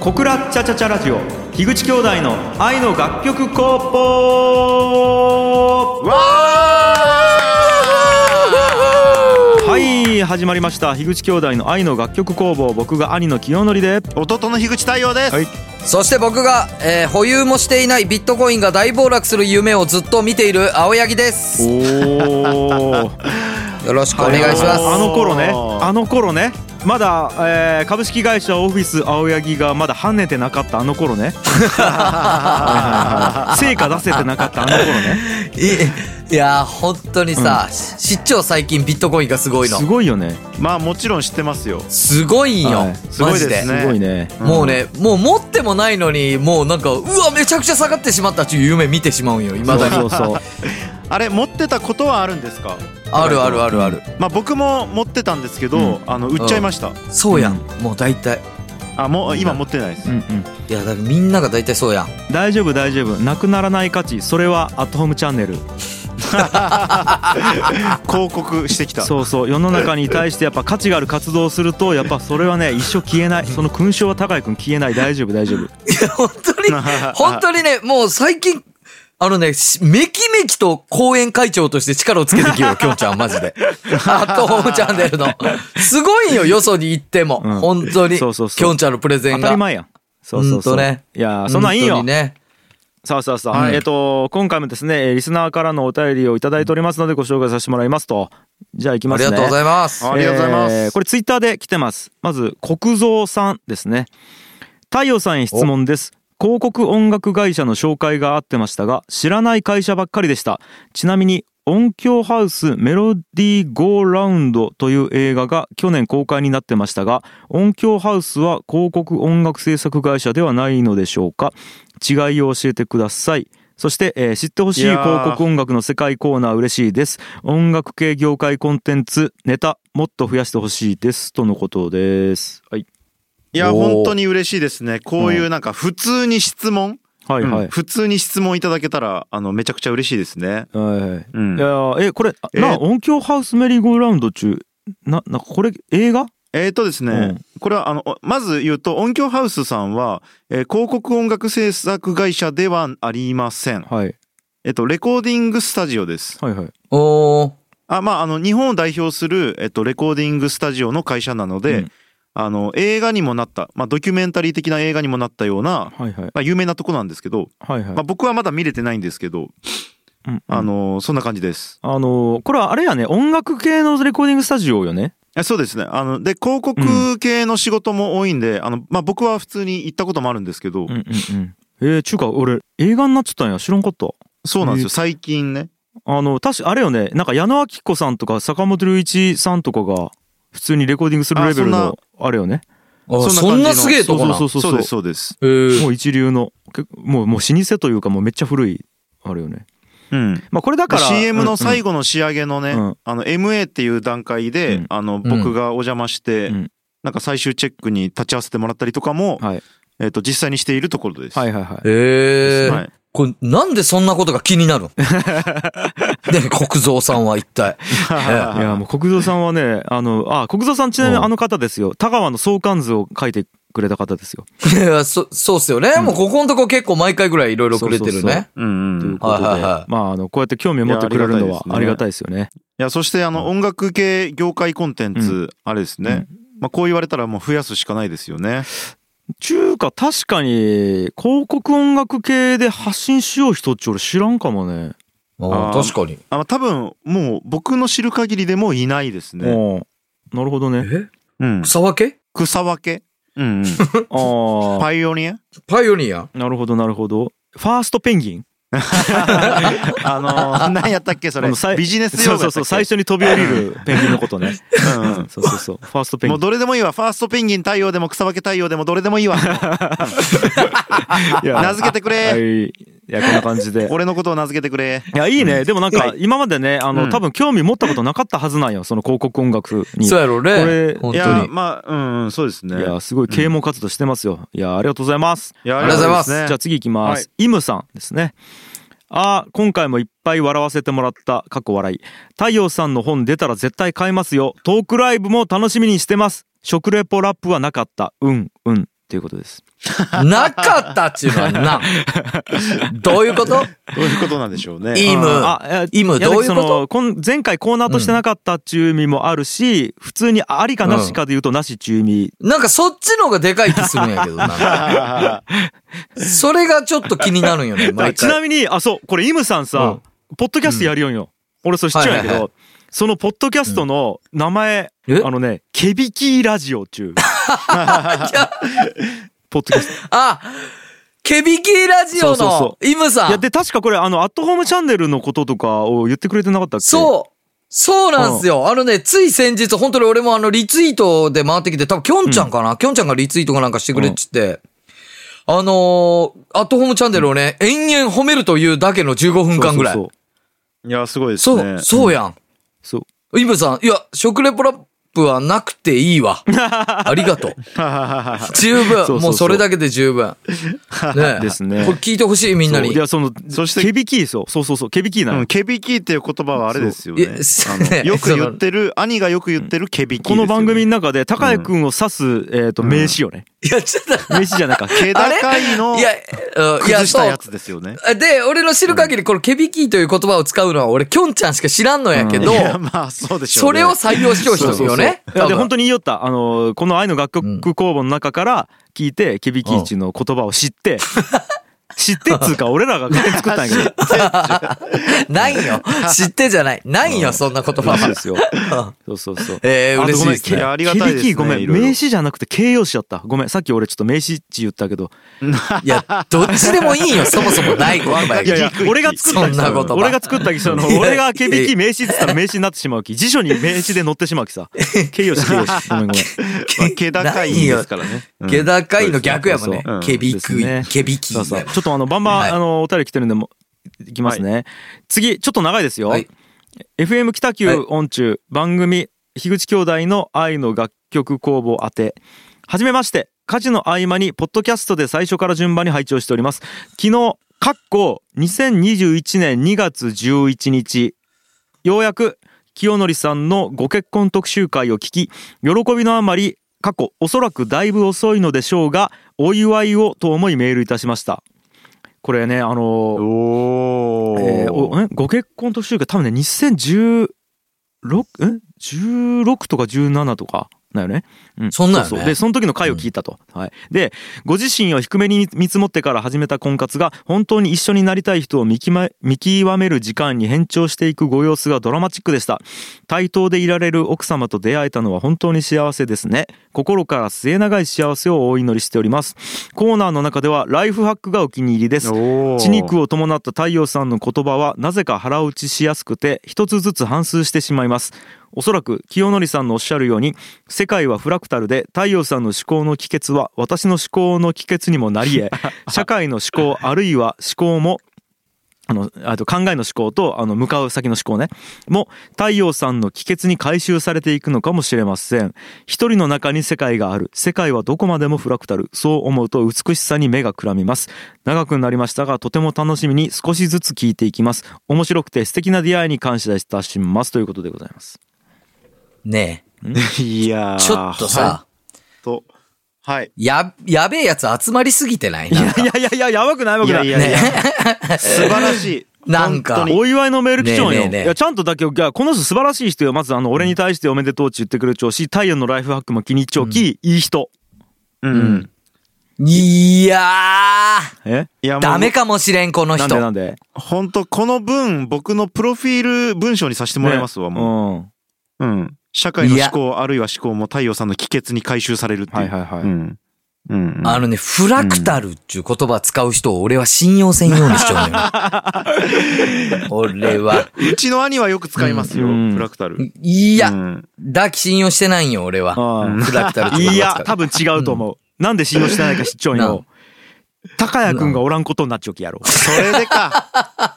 小倉チャチャチャラジオ樋口兄弟の愛の楽曲工房わーはい始まりました樋口兄弟の愛の楽曲工房僕が兄の清則で弟の樋口太陽です、はいそして僕が、えー保有もしていないビットコインが大暴落する夢をずっと見ている青柳です おおよろしくお願いしますあの頃ねあの頃ねまだ、えー株式会社オフィス青柳がまだ跳ねてなかったあの頃 ねはいはいはい成果出せてなかったあの頃ねいいやー本当にさ、し市長最近ビットコインがすごいのすごいよねまあもちろん知ってますよすごいんよ、はいすごいマジですでねすごいねもうね、もう持ってもないのにもうなんかうわめちゃくちゃ下がってしまったっていう夢見てしまうんよいまだにそうそうそうあれ持ってたことはあるんですかあるあるあるあるまあ僕も持ってたんですけど、あの売っちゃいました、そうやん、もう大体あもう今持ってないです、うんうんいやだからみんなが大体そうやん大丈夫大丈夫なくならない価値それはアットホームチャンネル広告してきたそうそう世の中に対してやっぱ価値がある活動をするとやっぱそれ はね一生消えないその勲章は高井君消えない大丈夫大丈夫本 当に、本当にね、もう最近、あのね、しめきめきと講演会長として力をつけて きよ、きょんちゃん、マジで。アットホームチャンネルの。すごいよ、よそに行っても。うん本当に。きそょうんそうそうちゃんのプレゼ当ンたりが。前やんそうそうそほうんとねいやーそんなんいいよ、本当にね。さあさあさあ、はいえっ、と今回もですねえーリスナーからのお便りをいただいておりますのでご紹介させてもらいますとじゃあいきあますねりがとうございます。ありがとうございますこれツイッターで来てます。まず国蔵さんですね。太陽さんへ質問です。広告音楽会社の紹介があってましたが、知らない会社ばっかりでした。ちなみに音響ハウスメロディーゴーラウンドという映画が去年公開になってましたが、音響ハウスは広告音楽制作会社ではないのでしょうか。違いを教えてください。そして、えー知ってほしいいやー広告音楽の世界コーナー嬉しいです。音楽系業界コンテンツ、ネタ、もっと増やしてほしいです。とのことです。はい。いやおー本当に嬉しいですねこういうなんか普通に質問、はいはい。うん普通に質問いただけたらあのめちゃくちゃ嬉しいですねはいはい。うんいやーえ、これ、あえーな、音響ハウスメリーゴーラウンド中、な、なんかこれ、映画えーとですね、うんこれはあのおまず言うと音響ハウスさんは、えー広告音楽制作会社ではありません。はい。えっとレコーディングスタジオです。はいはい。おー。あまああの日本を代表するえっとレコーディングスタジオの会社なので、うんあの映画にもなったまあドキュメンタリー的な映画にもなったようなはいはい。まあ有名なとこなんですけど、はいはいまあ。僕はまだ見れてないんですけど、うんうんあ、のそんな感じです。あのーこれはあれやね、音楽系のレコーディングスタジオよね。えそうですね。あので広告系の仕事も多いんで、あのまあ僕は普通に行ったこともあるんですけど、うんうんうん。えー、ちゅうか、俺、映画になっちゃったんや。知らんかった。そうなんでえすよ。最近ね。あの、確かあれよね、なんか矢野明子さんとか坂本龍一さんとかが普通にレコーディングするレベルのあれよね。あそんそんな感じのなすげえとこな。そうそうそうですそうです。えーもう一流の、結構もうもう老舗というかもうめっちゃ古いあれよね。うん。まあこれだから CM の最後、後の仕上げのね、うんあの MA っていう段階で、うんあの僕がお邪魔して、うんなんか最終チェックに立ち会わせてもらったりとかも、はいえっ、と実際にしているところです。。はいいはいはい。えーはい、これ、なんでそんなことが気になるの ね、国蔵さんは一体。いやもう国蔵さんはね、あの、あ、国蔵さんちなみにあの方ですよ。田川の相関図を書いてくれた方ですよ。いや、 そ、そうっすよね。もうここのとこ結構毎回ぐらいいろいろくれてるそうそうそうね。うんうといん。いうことで、はいはいはいまああの、こうやって興味を持ってくれるのはいやあありりががたたいですよね。やそしてあの音楽系業界コンテンツ、あれですね。まあこう言われたらもう増やすしかないですよね。中華確かに広告音楽系で発信しよう人っち俺知らんかもね。ああーー確かに。あの多分もう僕の知る限りでもいないですね。うんなるほどね。えうん。草分け草分け。うん、うん。 ああ。パイオニア。 パイオニアなるほどなるほど。ファーストペンギンあ のー、何やったっけそあれのさい。ビジネス用そう語やったそうっけそう。最初に飛び降りるペンギンのことね。うんうんそうそうそう。ファーストペンギもンう。どれでもいいわ。ファーストペンギン太陽でも草分け太陽でもどれでもい いわ。いや名付けてくはれ。い。いや、こんな感じで。俺のことを名付けてくれ。いや、いいね。でもなんか、今までね、あうの、ん多分興味持ったことなかったはずなんよ。その広告音楽に。そうやろこねれ。本い当や、に。まあ、うんうん、そうですね。いや、すごい啓蒙活動してますよ。いや、ありがとうございます。いやありがとうございますありじゃがあ次行きます、はいイムさんですねあー今回もいっぱい笑わせてもらった過去笑い太陽さんの本出たら絶対買いますよトークライブも楽しみにしてます食レポラップはなかったうんうんということですなかったっちゅうの はな。どういうことどういうことなんでしょうね。イム。あイム、いやどういうそこのこん前回コーナーとしてなかったっちゅう意味もあるし、普通にありかなしかで言うとなしっちゅう意味、となんかそっちの方がでかい気するんやけどな。 あそれがちょっと気になるんよね、だから毎ち回。なみにあそうこれイムさんさ、ポッドキャストやるよんよ、俺それ知っちゃうんやけど、はいはそのポッドキャストの名前、えあのね「ケビキラジオ」っち ゅうポッドキャストあ、ケビキラジそオうそうそのイムさいやん。で確かこれあのアットホームチャンネルのこととかを言ってくれてなかったっけそう。そうなんすよ。あのね、つい先日、本当に俺もあの、リツイートで回ってきて、多分きょんちゃんかなきょんちゃんがリツイートかなんかしてくれっつって、あのーアットホームチャンネルをね、延々褒めるというだけの15分間ぐらい。そそそうううーいや、すごいですそう,、ね。やん。そうそうイムさん、いや、食レポラップはなくていいわ。ありがとう。そ十分うそうそうもうそれだけで十分。ねえですねこれ聞いてほしい、みんなに。いやそのそしてケビキーそうそうそうそうケビキーなの、うん、ケビキっていう言葉はあれですよね。そうあいやそうねのよく言ってる、兄がよく言ってるケビキ、この番組の、中で高谷くんを指す、えっ、と名詞よね、いや、ちょっと名詞じゃ ないか気高いのいや、うんいや、崩したそうやつですよね。で、俺の知る限り、このケビキーという言葉を使うのは、俺、キョンちゃんしか知らんのやけどい、や、まあ、そうでしょそうね。れを採用しよう人よね。いやで本当当に言いよったあのこの「愛の楽曲公募」の中から聞いて、ケビキイチの言葉を知って、知ってっつうか俺らが勝手に作ったんやけどない よ。知ってじゃない。ないよ、そんな言葉は。ですよそうそうそうえー、あ嬉しいですごめんいね。やありがケたビいですねキーごめいんろいろ名詞じゃなくて形容詞だったごめんさっき俺ちょっと名詞って言ったけどいや、どっちでもいいよ、そもそもない言葉やいやいやけ俺が作ったそんな言葉人俺が作った人のいや俺がケビキー名詞って言ったら名詞になってしまうき辞書に名詞で載ってしまうきさ形容詞形容詞ごめんごめんまあ気高いですからね。ど。下高いの逆やもんねそうそうう。んケビですクイね、ケビキそうそうー。ちょっとあのバンバン、はいあのお便り来てるんでもいきますね、次ちょっと長いですよ、はい FM 北はい九音中、番組樋口兄弟の愛の楽曲工房宛てはじめまして家事の合間にポッドキャストで最初から順番に拝聴しております昨日かっこ2021年2月11日ようやく清則さんのご結婚特集会を聞き喜びのあまり過去おそらくだいぶ遅いのでしょうがお祝いをと思いメールいたしましたこれねあのおお、えーおえご結婚特集会多分ね2016え16とか17とかだよね、うそんなんよねううでその時の回を聞いたと、はい、でご自身を低めに見積もってから始めた婚活が本当に一緒になりたい人を見きま見極める時間に変調していくご様子がドラマチックでした対等でいられる奥様と出会えたのは本当に幸せですね心から末永い幸せをお祈りしておりますコーナーの中ではライフハックがお気に入りですおー血肉を伴った太陽さんの言葉はなぜか腹打ちしやすくて一つずつ反数してしまいますおそらく清則さんのおっしゃるように世界はフラクタルで太陽さんの思考の帰結は私の思考の帰結にもなり得 社会の思考あるいは思考もあのあと考えの思考とあの向かう先の思考ねも太陽さんの帰結に回収されていくのかもしれません一人の中に世界がある世界はどこまでもフラクタルそう思うと美しさに目がくらみます長くなりましたがとても楽しみに少しずつ聞いていきます面白くて素敵な出会いに感謝いたしますということでございますねいやえ、ちょっとさ、、とはい。や、やべえやつ集まりすぎてないなんかいやいやいややばくないやばいくなやいいやい や、素晴らしい。なんか本当にお祝いのメール来ちゃうねえよ。ねえねえいや、ちゃんとだけど、いやこの人素晴らしい人よ。まず、あの、俺に対しておめでとうって言ってくれちゃうし、太陽のライフハックも気に入っちゃうき、いい人。うん。いやえいや、ー、もダうメかもしれん、このな人ん。でなんで本当この文、僕のプロフィール文章にさせてもらいますわ、ももう。うん。社会の思考、あるいは思考も太陽さんの帰結に回収されるっていう。はいはいはいうん。うん。あのね、フラクタルっていう言葉使う人を俺は信用せんようにしちゃうの よ。俺は。うちの兄はよく使いますよ、うんフラクタル。いや、うんだき信用してないんよ、俺は。うん。フラクタルってい言や葉、多使分う。違うと思う。なんで信用してないか知っちゃうなよ。高谷くんがおらんことになっちゃうきやろ。それでか、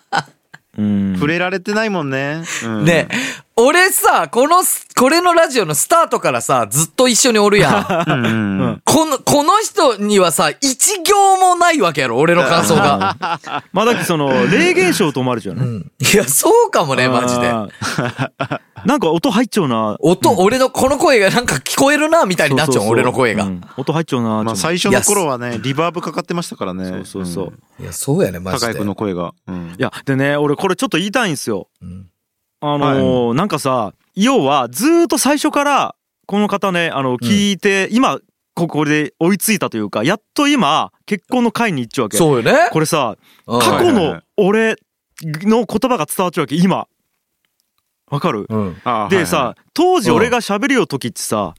うん触れられてないもんね。うんね、俺さ、このす、これのラジオのスタートからさ、ずっと一緒におる やん。うんうんうん。この、この人にはさ、一行もないわけやろ、俺の感想が。 まあだってその、霊現象と思われちゃううね。んいや、そうかもね、マジで。あーなんか音入っちゃうな。音、俺のこの声がなんか聞こえるな、みたいになっちゃう、そうそうそう俺の声が。うん音入っちゃうな。まあちょっ最初の頃はね、リバーブかかってましたからね。とそうそうそう。んいや、そうやね、マジ高で。井君の声が。うんいや、でね、俺これちょっと言いたいんですよ。うんあのーなんかさ、要はずーっと最初から、この方ね、あの、聞いて、今、ここで追いついたというか、やっと今、結婚の会に行っちゃうわけ。そうよね。これさ、うん過去はいはいはのい俺の言葉が伝わっちゃうわけ、今。わかるうん。あーではいはさ、当時俺が喋るよ時ってさ、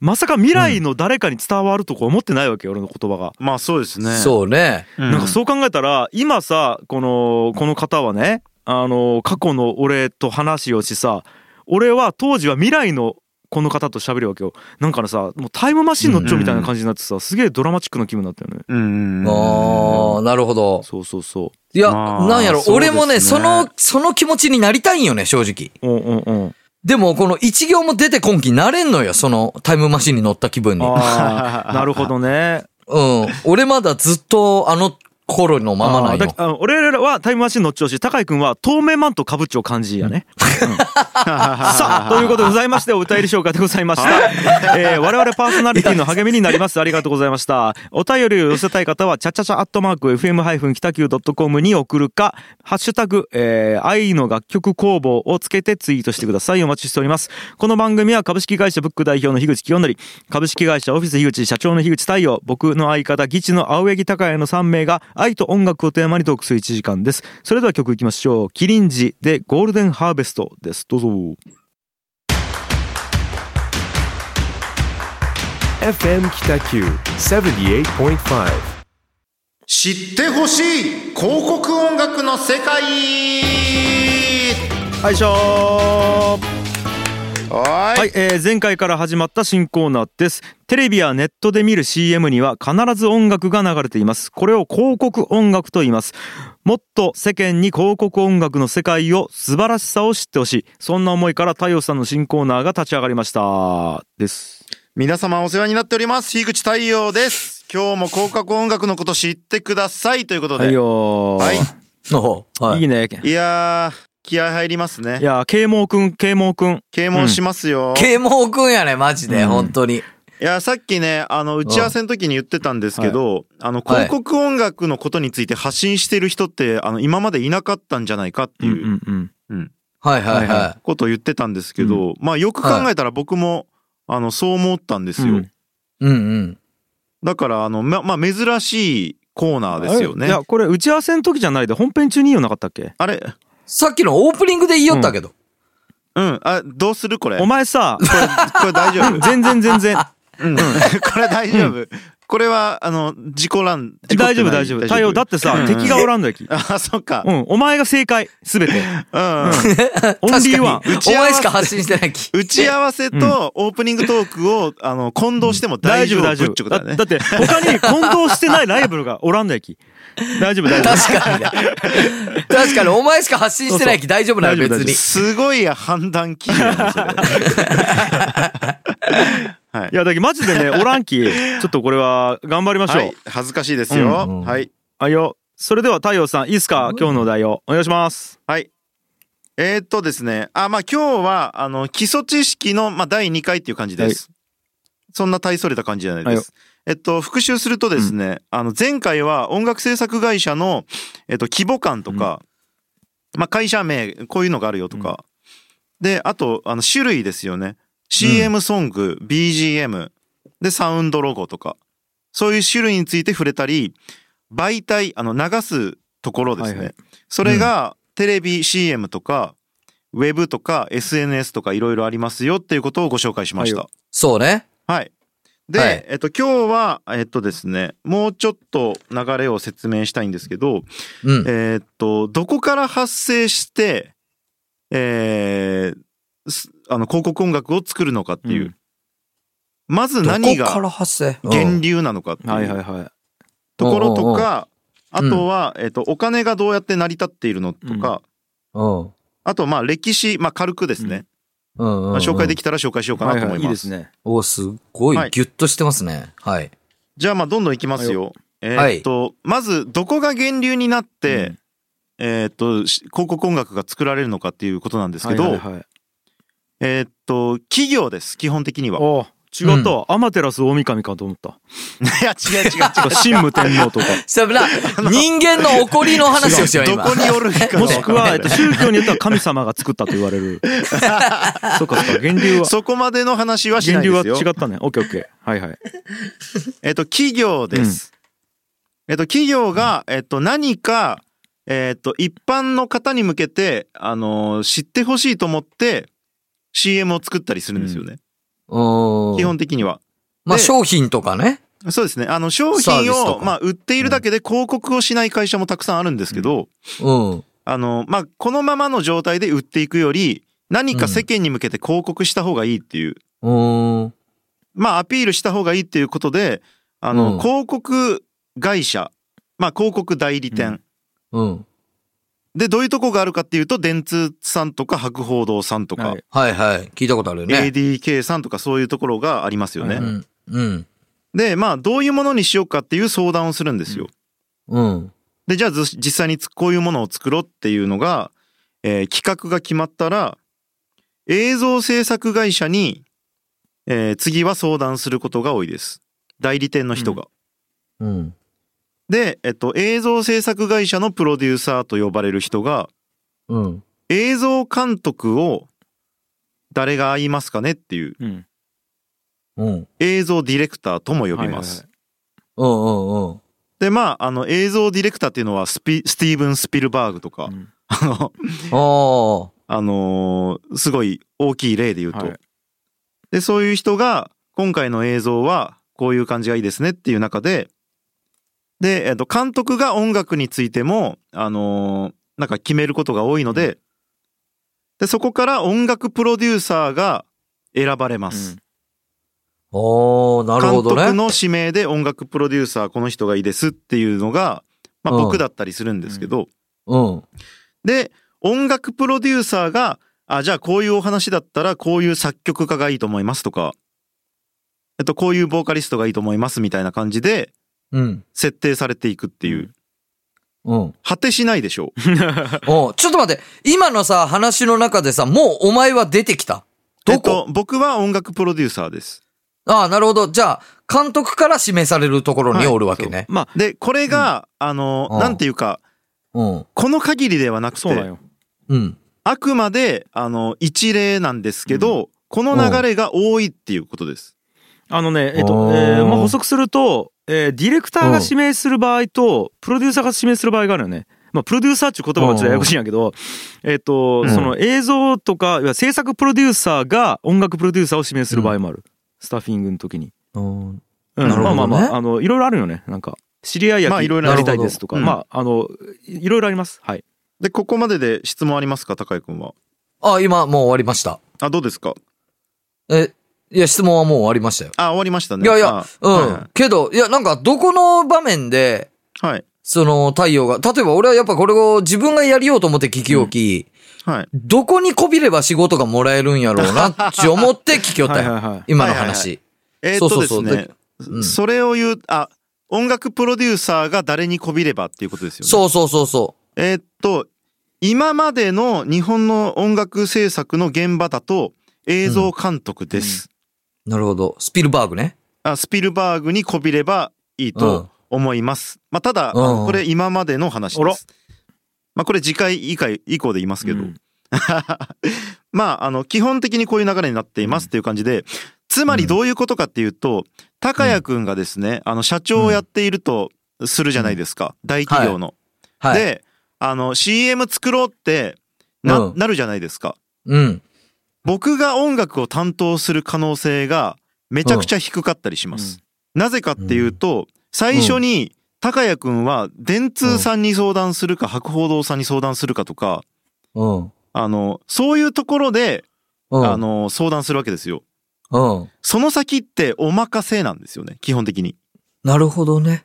まさか未来の誰かに伝わるとか思ってないわけよ、俺の言葉が。いまあそうですね。そうね。うん。なんかそう考えたら今さこのこの方はねあの過去の俺と話をしさ俺は当時は未来のこの方と喋るわけよなんかねさもうタイムマシン乗っちょみたいな感じになってさすげえドラマチックな気分になったよねうんうんうん。ああ、なるほど。そうそうそいや、まあなんやろ、そうです俺ねもね、その、その気持ちになりたいんよね、正直。ううんうんうんでも、この一行も出て今期なれんのよ、そのタイムマシンに乗った気分に。ああなるほどねうん。俺まだずっとあの頃のままなんあーだ。よあ俺らはタイムマシン乗っちょうし高井君は透明マントかぶっちょう感じやね、うんさあということでございましてお歌いり紹介でございました、えー我々パーソナリティの励みになりますありがとうございましたお便りを寄せたい方はチャチャチャアットマーク FM- 北九 .com に送るか「ハッシュタグ、えー愛の楽曲工房」をつけてツイートしてくださいお待ちしておりますこの番組は株式会社ブック代表の樋口清則株式会社オフィス樋口社長の樋口太陽僕の相方義地の青柳高也の3名が愛と音楽をテーマにトークする1時間ですそれでは曲いきましょう「キリンジ」で「ゴールデンハーベスト」ですどうぞ FM Kitaku 78.5. 知ってほしい広告音楽の世界はいしょははい、えー前回から始まった新コーナーですテレビやネットで見る CM には必ず音楽が流れていますこれを広告音楽と言いますもっと世間に広告音楽の世界を素晴らしさを知ってほしいそんな思いから太陽さんの新コーナーが立ち上がりましたです皆様お世話になっております。樋口太陽です。今日も広角音楽のこと知ってくださいということで。はいよーはいおうはいいね。いやー、気合入りますいね。やー、啓蒙くん、啓蒙くん。啓蒙しますよ。啓蒙くんやね、マジで、うん本当に。いや、さっきね、あの、打ち合わせの時に言ってたんですけど、あの、広告音楽のことについて発信してる人って、あの、今までいなかったんじゃないかっうてんういうんうん。はいはいはいははことを言ってたんですけど、まあ、よく考えたら僕も、あの、そう思ったんですよ。うんい。うんうん。だから、あの、ま、まあ、珍しいコーナーですよあれねい。や、これ打ち合わせの時じゃないで、本編中にいいよなかったっけあれさっきのオープニングで言いよったけど。うん。あ、どうするこれ。お前さ、これ、これ大丈 夫全然全 然。うんこれ大丈夫。これは、あの、事故欄。事故っ大て丈な夫い大丈夫。太陽、だってうんさう、ん敵がおらんのやき。 あ、そっか。うん、お前が正解、すべ て。うん。 オンリーワン。打おち合わせ前しか発信してないき。打ち合わせとオープニングトークを、あの、混同しても大大丈夫丈夫大丈ぶっちょ夫。こだだだねっ。て、他に混同してないライバルがおらんのやき。大丈夫大丈夫。確かにね。確かに、お前しか発信してないき大丈夫なの大丈夫別に。すごい判断キ ーやねそれはいい。や、だけどマジで ね、おらんき、ちょっとこれは頑張りましはょうい。。恥ずかしいですよ。うんうんはい。あいよ。それでは太陽さん、いいっすか今日のお題を。お願いします。はい。えーっとですね。あ、まあ今日は、あの、基礎知識の、まあ第2回っていう感じです。そんな大それた感じじゃないはいでよす。えっと、復習するとですね、あの、前回は音楽制作会社の、えっと、規模感とか、まあ会社名、こういうのがあるよとか。で、あと、あの、種類ですよね。CM ソング、BGM、で、サウンドロゴとか。そういう種類について触れたり、媒体、あの、流すところですね。はいはいそれが、テレビ CM とか、ウェブとか SNS とかいろいろありますよっていうことをご紹介しました。そうね。はい。で、はいえっと、今日は、えっとですね、もうちょっと流れを説明したいんですけど、うん。えっと、どこから発生して、えーすあの、広告音楽を作るのかっていう、まずど何こからが発生源流なのかってはいいはいうはところおうおとうおうか、あとは、えっと、お金がどうやって成り立っているのとか、うん。うんあと、まあ、歴史、まあ、軽くですね、うんうん。まあ、紹介でききたら紹介しようい。かなと思います。いいですね。おすごはいい、ギュッとしてますね。はい。じゃあまあどんどんいきますよ。えはいーっと、まずどこが源流になって、うんえーっとし広告音楽が作られるのかっていうことなんですけど、はいはいはいえーっと企業です基本的に は。ああ違った、アマテラス大神かと思ったいや違う違う 違う。神武天皇 とかさぶら、人間の怒りの話をしよう、ど今。こにおるかもしくは、えっと、わかんない宗教によっては神様が作ったと言われ るそうかそうか源流はそこまでの話はしな源い流はですよ。違ったねオッケーオッケーはいはいえっと企業です。えっと企業がえっと何かえっと一般の方に向けてあの知ってほしいと思って CM を作ったりするんですよね。基基本的には。まあで商品とかね。そうですね。あの商サービ品スとをかまあ売っているだけで広告をしない会社もたくさんあるんですけど、うん。あのまあこのままの状態で売っていくより何か世間に向けて広告した方がいいっていう。うん。まあアピールした方がいいっていうことで、あの、うん広告会社、まあ広告代理店。うん。で、どういうとこがあるかっていうと、電通さんとか白報堂さんとか、はいはいはい。聞いたことあるよね。 ADK さんとかそういうところがありますよね。うん。うん。で、まあどういうものにしようかっていう相談をするんですよ。うん。で、じゃあず実際につこういうものを作ろうっていうのが、えー企画が決まったら、映像制作会社に、えー次は相談することが多いです。代理店の人が。うん。で、えっと、映像制作会社のプロデューサーと呼ばれる人がうん。映像監督を誰が合いますかねっていううんうん。映像ディレクターとも呼びはいはいはまいす。うんうんうん。でまああの映像ディレクターっていうのはスピスティーブン・スピルバーグとか、うんあの、ああのーすごい大きい例で言うと、はいでそういう人が今回の映像はこういう感じがいいですねっていう中でで、えっと、監督が音楽についても、あのーなんか決めることが多いので,、でそこから音楽プロデューサーが選ばれます、あ。ああ、なるほ監ど督ね。の指名で音楽プロデューサーこの人がいいですっていうのが、まあ、うん僕だったりするんですけど、うん。で音楽プロデューサーがあじゃあこういうお話だったらこういう作曲家がいいと思いますとか、えっと、こういうボーカリストがいいと思いますみたいな感じでうん。設定されていくっていう、うんうん。果てしないでしょうおうちょっと待って。今のさ、話の中でさ、もうお前は出てきた。えどっ、こと僕は音楽プロデューサーですああ、なるほど。じゃあ、監督から指名されるところにおるわけね。まあでこれが、あのうんなんていうかうん。この限りではなくそうだてようん。あくまであの一例なんですけど、この流れが多いっていうことです。あのねえっおと、ーえーまあ、補足すると、えーディレクターが指名する場合とプロデューサーが指名する場合があるよねまあ、プロデューサーっていう言葉がちょっとややこしいんやけど、えっと、うんその映像とか、いや制作プロデューサーが音楽プロデューサーを指名する場合もある。スタッフィングの時に。うん。うん、なるほどねまあまあまあ、あの、いろいろあるよね。なんか、知り合いやまあいろいろなりたいですとか、なるほどまあ、あの、いろいろあります。はい。でここまでで質問ありますか高井君は。ああ、今もう終わりました。あどうですかえ、いや、質問はもう終わりましたよ。あ終わりましたね。いやいあや、うん。はいはいけど、いや、なんか、どこの場面で、はい。その、太陽が、例えば俺はやっぱこれを自分がやりようと思って聞き置き、はい。どこにこびれば仕事がもらえるんやろうなって思って聞きよったよ。はいはいはい今のはいはい話。えーっそうとそですうそうねで。うんそれを言う、あ、音楽プロデューサーが誰にこびればっていうことですよね。う。そうそうそうそえーっと、今までの日本の音楽制作の現場だと映像監督です。う。なるほど。スピルバーグね。あスピルバーグにこびればいいと思います。まあ、ただ、あうのんこれ今までの話あでらす。まあ、これ次回以降以降で言いますけど。うん まあ、あの、基本的にこういう流れになっていますっていう感じで、つまりどういうことかっていうと、高谷くんがですね、あの、社長をやっているとするじゃないですか。大企業の。はい。で、あの、CM 作ろうってな、うんなるじゃないですか。うん。僕が音楽を担当する可能性がめちゃくちゃ低かったりします。なぜかっていうと、最初に高谷くんは電通さんに相談するか、博報堂さんに相談するかとか、うん。あの、そういうところで、うん。あの、相談するわけですよ。うん。その先ってお任せなんですよね、基本的に。なるほどね。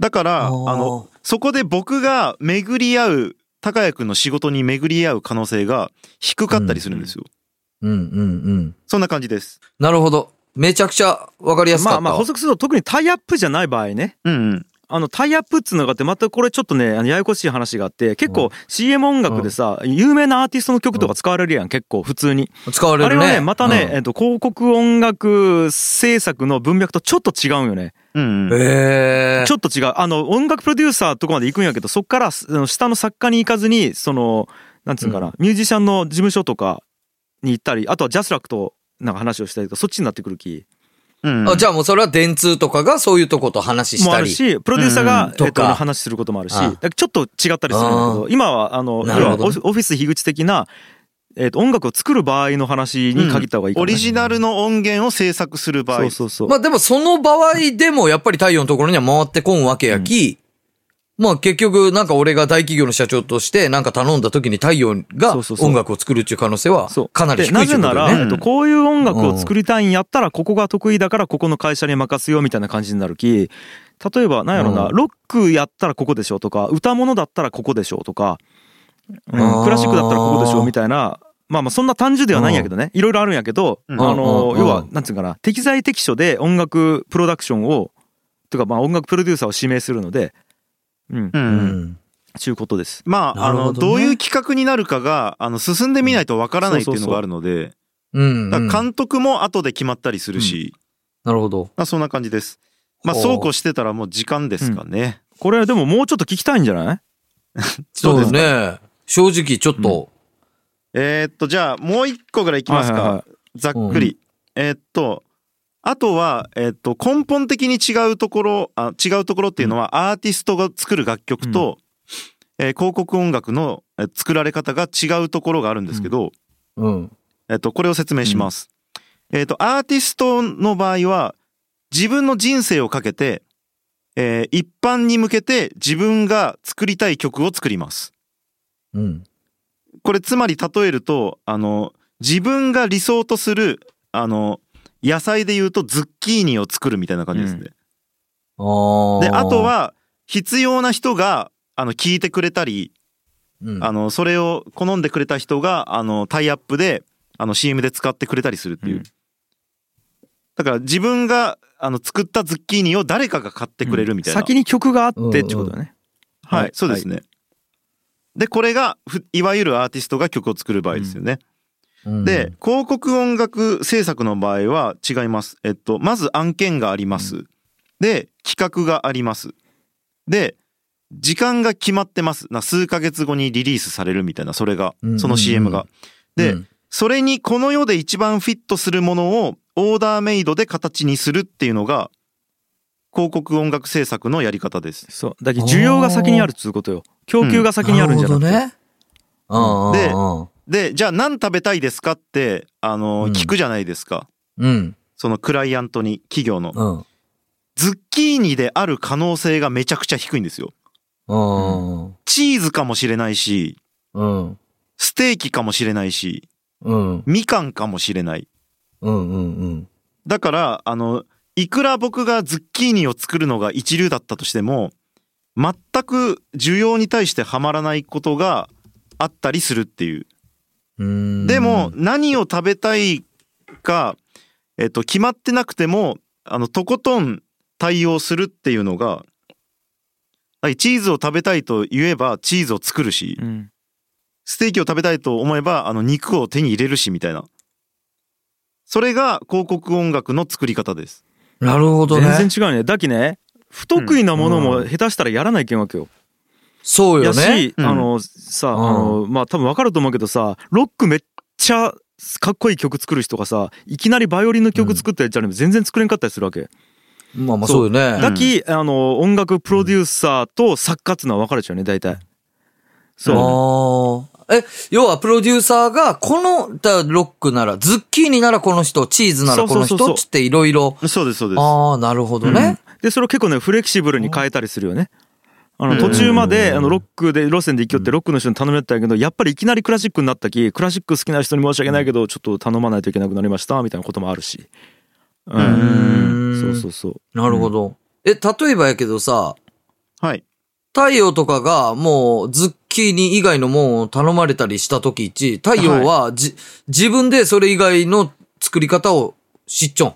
だから、ああーの、そこで僕が巡り合う、高谷くんの仕事に巡り合う可能性が低かったりするんですよ。うんうんうん。そんな感じです。なるほど。めちゃくちゃわかりやすまかったあまあ、わ。補足すると、特にタイアップじゃない場合ね。うんうん。あのタイアップっつうのがあってまたこれちょっとねあのややこしい話があって結構 CM 音楽でさ有名なアーティストの曲とか使われるやん結構普通に使われあるれね。はねまたね、うんえっと広告音楽制作の文脈とちょっと違うんよねうんうん。ええちょっと違うあの音楽プロデューサーとこまで行くんやけどそっからすあの下の作家に行かずにそのなんつうんかな、ミュージシャンの事務所とかに行ったりあとはジャスラックとなんか話をしたりとかそっちになってくる気うんあじゃあもうそれは電通とかがそういうとこと話しもあたるり。しプロデューサーうがん、とえかっと、話することもあるしああだからちょっと違ったりするんだけど今はあの要なるはほどねオフオフィス樋口的な、えっと、音楽を作る場合の話に限った方がいいかオもねリジナルの音源を制作する場合。そうそうそう、まあでもその場合でもやっぱり太陽のところには回ってこんわけやき、まあ結局なんか俺が大企業の社長としてなんか頼んだ時に太陽がそうそうそう音楽を作るっていう可能性はそうかなり低いでなってぜことなだら、よね。えっと、こういう音楽を作りたいんやったらここが得意だからここの会社に任すよみたいな感じになるき例えばなんやろな、うんロックやったらここでしょとか歌物だったらここでしょとか、うんあークラシックだったらここでしょみたいな。まあまあそんな単純ではないんやけどねいろいろあるんやけど、うんあうのん要はなんつうかな適材適所で音楽プロダクションをとかまあ音楽プロデューサーを指名するのでうんう。うんん。ちゅうことです。まあ、なあるの、ほどねどういう企画になるかが、あの、進んでみないとわからないっていうのがあるので、うん。だからな監督も後で決まったりするし、るほど。まあそんな感じです。まあ、ほうそうこうしてたらもう時間ですかね。これでももうちょっと聞きたいんじゃないそうですね。正直ちょっと、えーっと、じゃあ、もう一個ぐらいいきますはいはいはか。ざっくり。えーっと、あとは、えーっと、根本的に違うところ、あ違うところっていうのは、アーティストが作る楽曲と、えー広告音楽のえー作られ方が違うところがあるんですけど、うん。えっと、これを説明します。えっと、アーティストの場合は、自分の人生をかけて、えー一般に向けて自分が作りたい曲を作ります。うん。これ、つまり例えると、あの、自分が理想とする、あの、野菜で言うとズッキーニを作るみたいな感じですね。ああ。で、あと、は、必要な人が、あの、聞いてくれたり、うん、あの、それを好んでくれた人が、あの、タイアップで、あの、CM で使ってくれたりするっていう。うんだから自分が、あの、作ったズッキーニを誰かが買ってくれるみたいな。先に曲があってってことだね。はい、はいそうですね。で、これがふ、いわゆるアーティストが曲を作る場合ですよね。うんで、、広告音楽制作の場合は違います。えっと、まず案件があります。で、企画があります。で、時間が決まってます。な数ヶ月後にリリースされるみたいな、それがうんうんう、んその CM が。で、うんそれにこの世で一番フィットするものをオーダーメイドで形にするっていうのが広告音楽制作のやり方です。そう。だけど需要が先にあるっつうことよ。供給が先にあるんじゃなくて。なるほどね。でうんでじゃあ何食べたいですかってあうのん聞くじゃないですか、うん。そのクライアントに企業の。うん。ズッキーニである可能性がめちゃくちゃ低いんですよ。うん。うん。チーズかもしれないしうん。ステーキかもしれないしうん。みかんかもしれない。うん。うん。だからあのいくら僕がズッキーニを作るのが一流だったとしても全く需要に対してはまらないことがあったりするっていう。うん。でも、何を食べたいか、えっと、決まってなくてもあのとことん対応するっていうのがはいチーズを食べたいと言えばチーズを作るしうん。ステーキを食べたいと思えばあの肉を手に入れるしみたいなそれが広告音楽の作り方です。なるほどね。全然違うね。だきね、不得意なものも下手したらやらないけんわけよ。そうよやね。し、うんあの、さ、あうんの、まあ多分わかると思うけどさ、ロックめっちゃかっこいい曲作る人がさ、いきなりバイオリンの曲作ったやつじゃなくて全然作れんかったりするわけ。まあまあそうよね。だき、あの、音楽プロデューサーと作家っつうのは分かれちゃうね、大体。そう。ああ。え、要はプロデューサーが、この、だロックなら、ズッキーニならこの人、チーズならこそのうそうそ人、うそうつっていろいろ。そうですそうです。ああ、なるほどね。で、それを結構ね、フレキシブルに変えたりするよね。あのうん途中まであのロックで路線で行きよってロックの人に頼めてたんやけどやっぱりいきなりクラシックになったきクラシック好きな人に申し訳ないけどちょっと頼まないといけなくなりましたみたいなこともあるしううんんそうそうそうなるほど。え、例えばやけどさ、はい。太陽とかがもうズッキーニ以外のもんを頼まれたりした時一、太陽はじ、自分でそれ以外の作り方を知っちょん。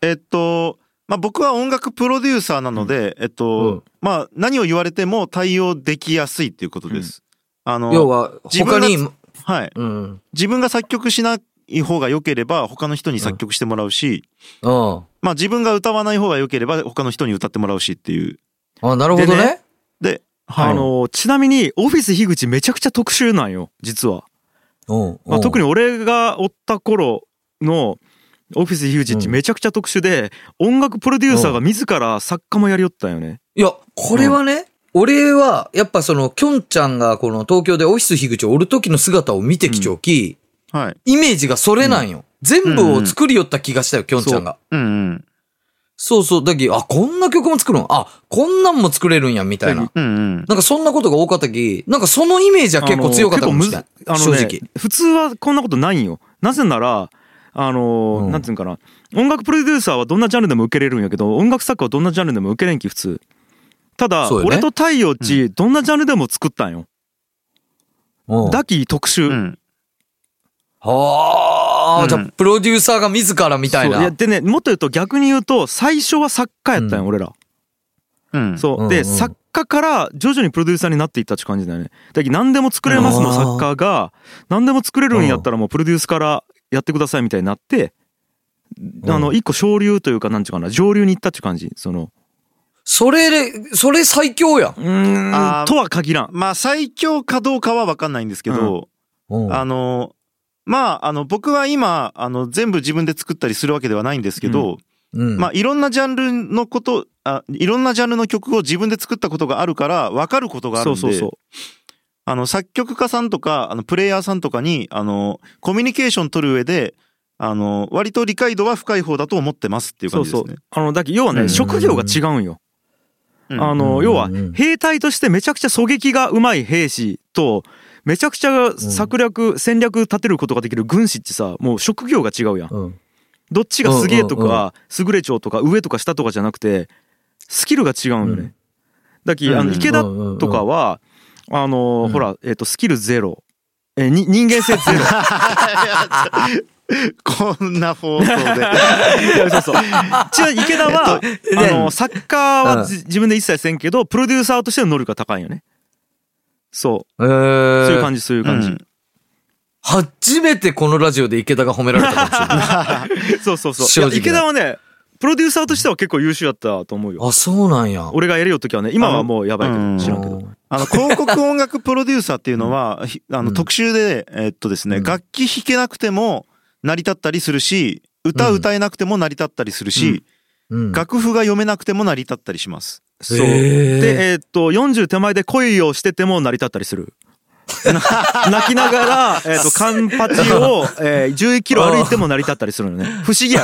えっと、まあ、僕は音楽プロデューサーなので、えっと、まあ、何を言われても対応できやすいっていうことです。あの、要は、自他分がに、はい。うん。うん。自分が作曲しない方が良ければ、他の人に作曲してもらうし、あ、まあ、自分が歌わない方が良ければ、他の人に歌ってもらうしっていう。なるほでどねね。で、はい。あのちなみにオフィス樋口めちゃくちゃ特殊なんよ実は、うん。まあ、特に。に俺がおった頃のオフィス樋口ってめちゃくちゃ特殊で音楽プロデューサーが自ら作家もやりよったんよねいや、これはね、俺は、やっぱその、きょんちゃんがこの東京でオフィス樋口をおる時の姿を見てきちょき、はい。イメージがそれなんよ。全部を作りよった気がしたよ、きょんちゃんが。うんうん。そうそう。だけあ、こんな曲も作るんあ、こんなんも作れるんや、みたいな。うんうん。なんかそんなことが多かったき、なんかそのイメージは結構強かったかもしれない。あの結正構むずあのね直。普通はこんなことないんよなぜならあの、うんなんていうんかな音楽プロデューサーはどんなジャンルでも受けれるんやけど音楽作家はどんなジャンルでも受けれんき普通ただ、そうよね俺と太陽っちどんなジャンルでも作ったんよ、うんだき特殊、うん。はあ、うんじゃあプロデューサーが自らみたいそうな。やでねもっと言うと逆に言うと最初は作家やったんよ、うん俺らうん。そう、うんうんで作家から徐々にプロデューサーになっていったって感じだよねだけど何でも作れますのあー作家が何でも作れるんやったらもうプロデュースからやってくださいみたいになって、あの一個昇流というかなんちゅうかな上流に行ったって感じそのそれで、それ最強やん。うーんあーとは限らんまあ、最強かどうかは分かんないんですけど、あの、まあ、あの、僕は今、あの、全部自分で作ったりするわけではないんですけど、うんまあ、いろんなジャンルのことあ、いろんなジャンルの曲を自分で作ったことがあるから、分かることがあるそんうで、そうそあの、作曲家さんとか、あの、プレイヤーさんとかに、あの、コミュニケーション取る上で、あの、割と理解度は深い方だと思ってますっていううそう感じでそすうね。あのだけど要はうねん職業が違うんようんあうのん要はうん兵隊としてめちゃくちゃ狙撃がうまい兵士とめちゃくちゃ策略戦略立てることができる軍師ってさもう職業が違うやんうんどっちがすげえとうんうんか優れちょうとか上とか下とかじゃなくてスキルが違うんようね。だきあうんのうん池田とかはあのうんーほらえっとスキルゼロえーに人間性ゼロこんな放送 で。そうそう。違う池田はあのサッカーはじ自分で一切せんけどプロデューサーとしての能力が高いんよね。そうえーそういう感じそういう感うんじ。初めてこのラジオで池田が褒められたかもしれない。そうそうそ正う。い直や池田はねプロデューサーとしては結構優秀だったと思うよ。あ、そうなんや。俺がやるよ時はね今はもうやばいけあどのうん知らんけど。ど。あの、広告音楽プロデューサーっていうのは、ひあうの、ん特集で、えっとですね、うん楽器弾けなくても成り立ったりするし、歌うん歌えなくても成り立ったりするし、うん。楽譜が読めなくても成り立ったりします。そう。へーで、えーっと、40手前で恋をしてても成り立ったりする。 泣きながら、えーっと、カンパチを、えー11キロ歩いても成り立ったりするのね。 不思議や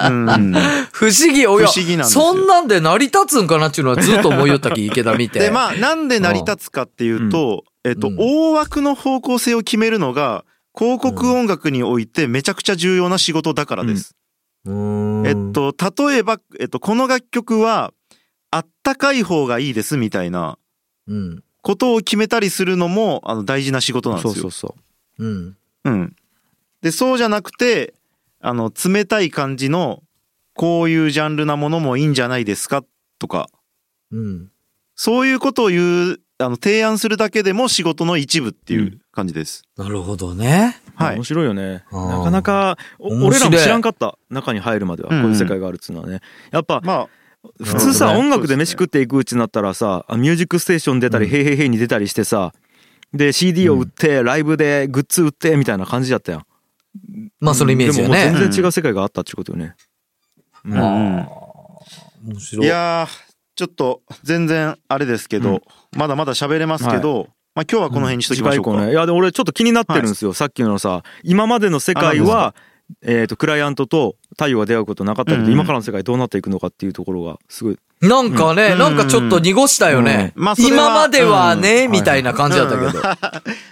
ろ。うん。不思議、おや不思議なんですよそんなんで成り立つんかなっていうのはずっと思いよったき、池田見 て。でまあなんで成り立つかっていうと、えっとうん大枠の方向性を決めるのが広告音楽においてめちゃくちゃ重要な仕事だからです。うーんえっ、と例えば、えっと、この楽曲はあったかい方がいいですみたいなうん。ことを決めたりするのもあの大事な仕事なんですそよ。うそうそうん。うん、でそうじゃなくてあの冷たい感じのこういうジャンルなものもいいんじゃないですかとかうん。そういうことを言うあの提案するだけでも仕事の一部っていう感じです。なるほどね。う。はい面。白いよね。あーなかなか、お面白い俺らも知らんかった。中に入るまでは、こううんいう世界があるっつうのはね。やっぱ、ま普通なさ、るほどね音楽で飯食っていくうちになったらさ、あミュージックステーション出たり、うんヘイヘイヘイに出たりしてさ、で、CD を売って、ライブでグッズ売って、みたいな感じだったやん。まあ、そのイメージでよももうね。全然違う世界があったっちゅうことよね。あ、うん面白いやーちょっと全然あれですけど、うんまだまだ喋れますけど、まあ今日はこの辺にしとき次ま回し以ょうか。降ねいやでも俺ちょっと気になってるんですよ、さっきのさ今までの世界はえー、とクライアントと太陽が出会うことなかったけど、うんうん今からの世界どうなっていくのかっていうところがすごいなんかね、うんなんかちょっと濁したよね。うんまあそれは今まではね、うんみたいな感じだったけど。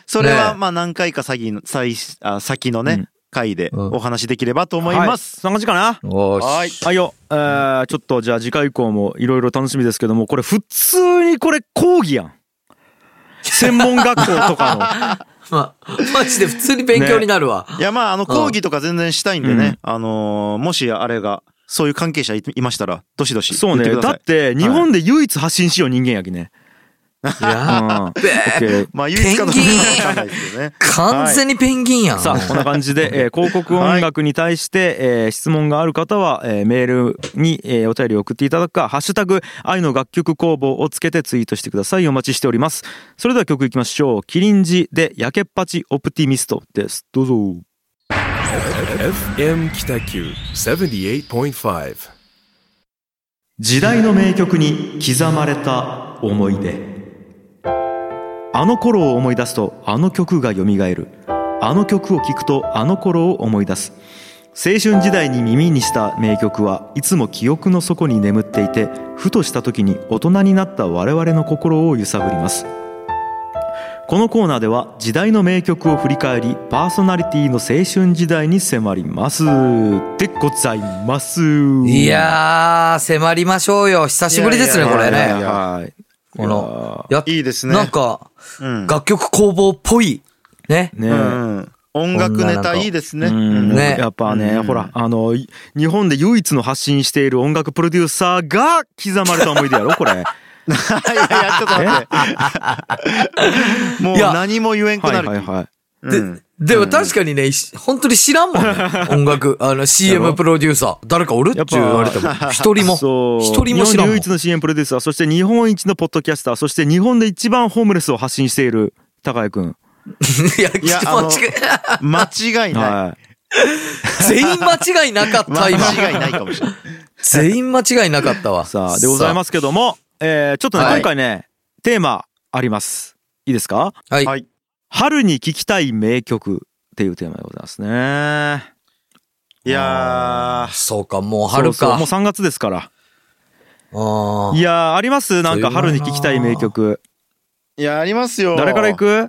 それはねまあ何回か先の最あ先のね、うん回でうんお話しできればと思います。はい、そんな感じかなおーしはいはいよ、えー、ちょっとじゃあ次回以降もいろいろ楽しみですけどもこれ普通にこれ講義 やん専門学校とかまあ、マジで普通に勉強になるわ。いやまああの講義とか全然したいんでね、あのーもしあれがそういう関係者いいましたらどしどしそうね言ってくだださっいて日本で唯一発信しよう人間やきね、いやうんオッケーまあ唯一かどうかわかんないです けどね完全にペンギンやん。さあこんな感じ で、えー広告音楽に対して、えー質問がある方は、えーメールに、えーお便りを送っていただくか「ハッシュタグ愛の楽曲工房」をつけてツイートしてくださいお待ちしておりますそれでは曲いきましょう「キリンジ」で「やけっぱちオプティミスト」ですどうぞ FM Kitaku 78.5. 時代の名曲に刻まれた思い出あの頃を思い出すとあの曲が蘇るあの曲を聴くとあの頃を思い出す青春時代に耳にした名曲はいつも記憶の底に眠っていてふとした時に大人になった我々の心を揺さぶりますこのコーナーでは時代の名曲を振り返りパーソナリティの青春時代に迫りますでございますいやー、迫りましょうよ。久しぶりですね、いやこいやれいやいやね。はい。この、やっいいですねなんか、うん楽曲工房っぽい。ね。ねうん音楽ネタいいですねうんねやっぱね、うんほらあのい日本で唯一の発信している音楽プロデューサーが刻まれた思い出やろ これいやいやちょっと待ってもういや何も言えんくはないはいるはいうんでも確かにね、し本当に知らんも んね。音楽、あの、CM プロデューサー。誰かおるってやっぱ言われても、 一人も。そう一人も知日ら本んも唯ん一。の CM プロデューサーそして日本一のポッドキャスターそして日本で一番ホームレスを発信している高谷くん、いや、気いやあの持ちが間違いないはい全員間違いなかった、今。間違いないかもしれない全員間違いなかったわ。さあでございますけども、えーちょっとね、はい今回ねテーマありますいいですかさあ。はい。はい春に聴きたい名曲っていうテーマでございますねいやそうか、もう春そうそうかもう。3月ですからあいーやーありますなんか春に聴きたい名曲ーいやありますよ誰から行く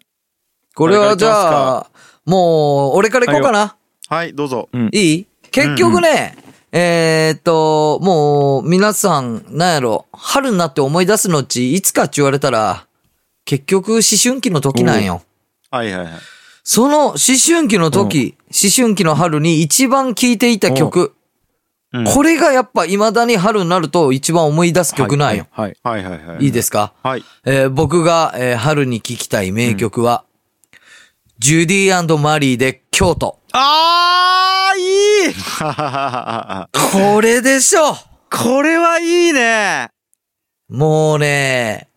これはじゃあ、もう、俺から行こうかな。はいどうぞいい結局ね、えーっと、もう、皆さん、なんやろ、春になって思い出すのち、いつかって言われたら、結局、思春期の時なんよ。はいはいはいその思春期の時、思春期の春に一番聴いていた曲、うんこれがやっぱ未だに春になると一番思い出す曲なんよ。はいはいはいはいいいですかはい えー僕が、えー春に聴きたい名曲は、ジュディーマリーで京都。あーいいこれでしょこれはいいねもうね、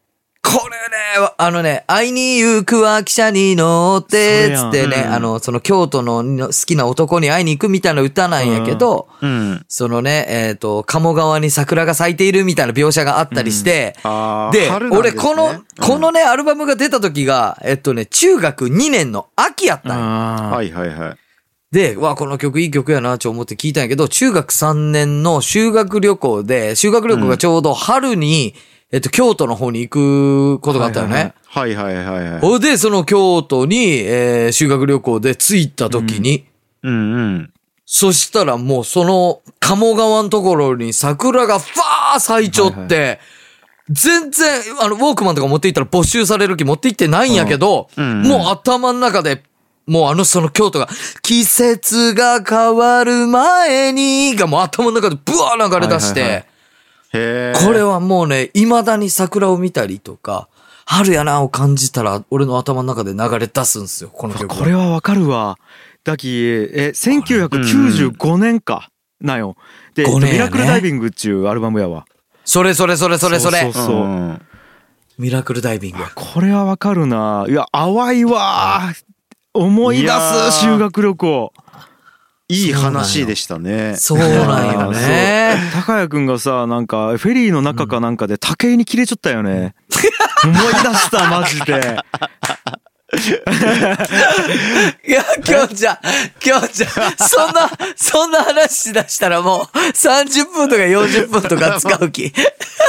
これね、あのね、会いに行くは汽車に乗って、つそっれやてんね、あの、その京都のの好きな男に会いに行くみたいな歌なんやけど、うんそのね、えっ、と、鴨川に桜が咲いているみたいな描写があったりして、あーで、春なんで俺すねこの、このね、アルバムが出た時が、えっとね、中学2年の秋やったんよあはいはいはいで、わあ、この曲いい曲やなって思って聞いたんやけど、中学3年の修学旅行で、修学旅行がちょうど春に、えっと、京都の方に行くことがあったよね。はいはいはいはいほいで、その京都に、えー修学旅行で着いた時に、うんうんそしたらもうその鴨川のところに桜がファー咲いちょって、全然、あの、ウォークマンとか持って行ったら没収される気持って行ってないんやけど、うんもう頭の中で、もうあのその京都が、季節が変わる前に、がもう頭の中でブワー流れ出して、はいはへえこれはもうね、未だに桜を見たりとか、春やなを感じたら、俺の頭の中で流れ出すんですよ、この曲が。これはわかるわだきえ1995年かなよで「えっと五年やミラねクルダイビング」っちゅうアルバムやわそれそれそれそれそれ。そうそううそうんミラクルダイビング。これはわかるないや淡いわ思い出いやーす修学旅行いい話でしたねそうなんよね。高谷くんがさなんかフェリーの中かなんかで竹に切れちゃったよね 思い出したマジでいや、きょんちゃん、きょんちゃん、そんな、そんな話しだしたらもう30分とか40分とか使う気。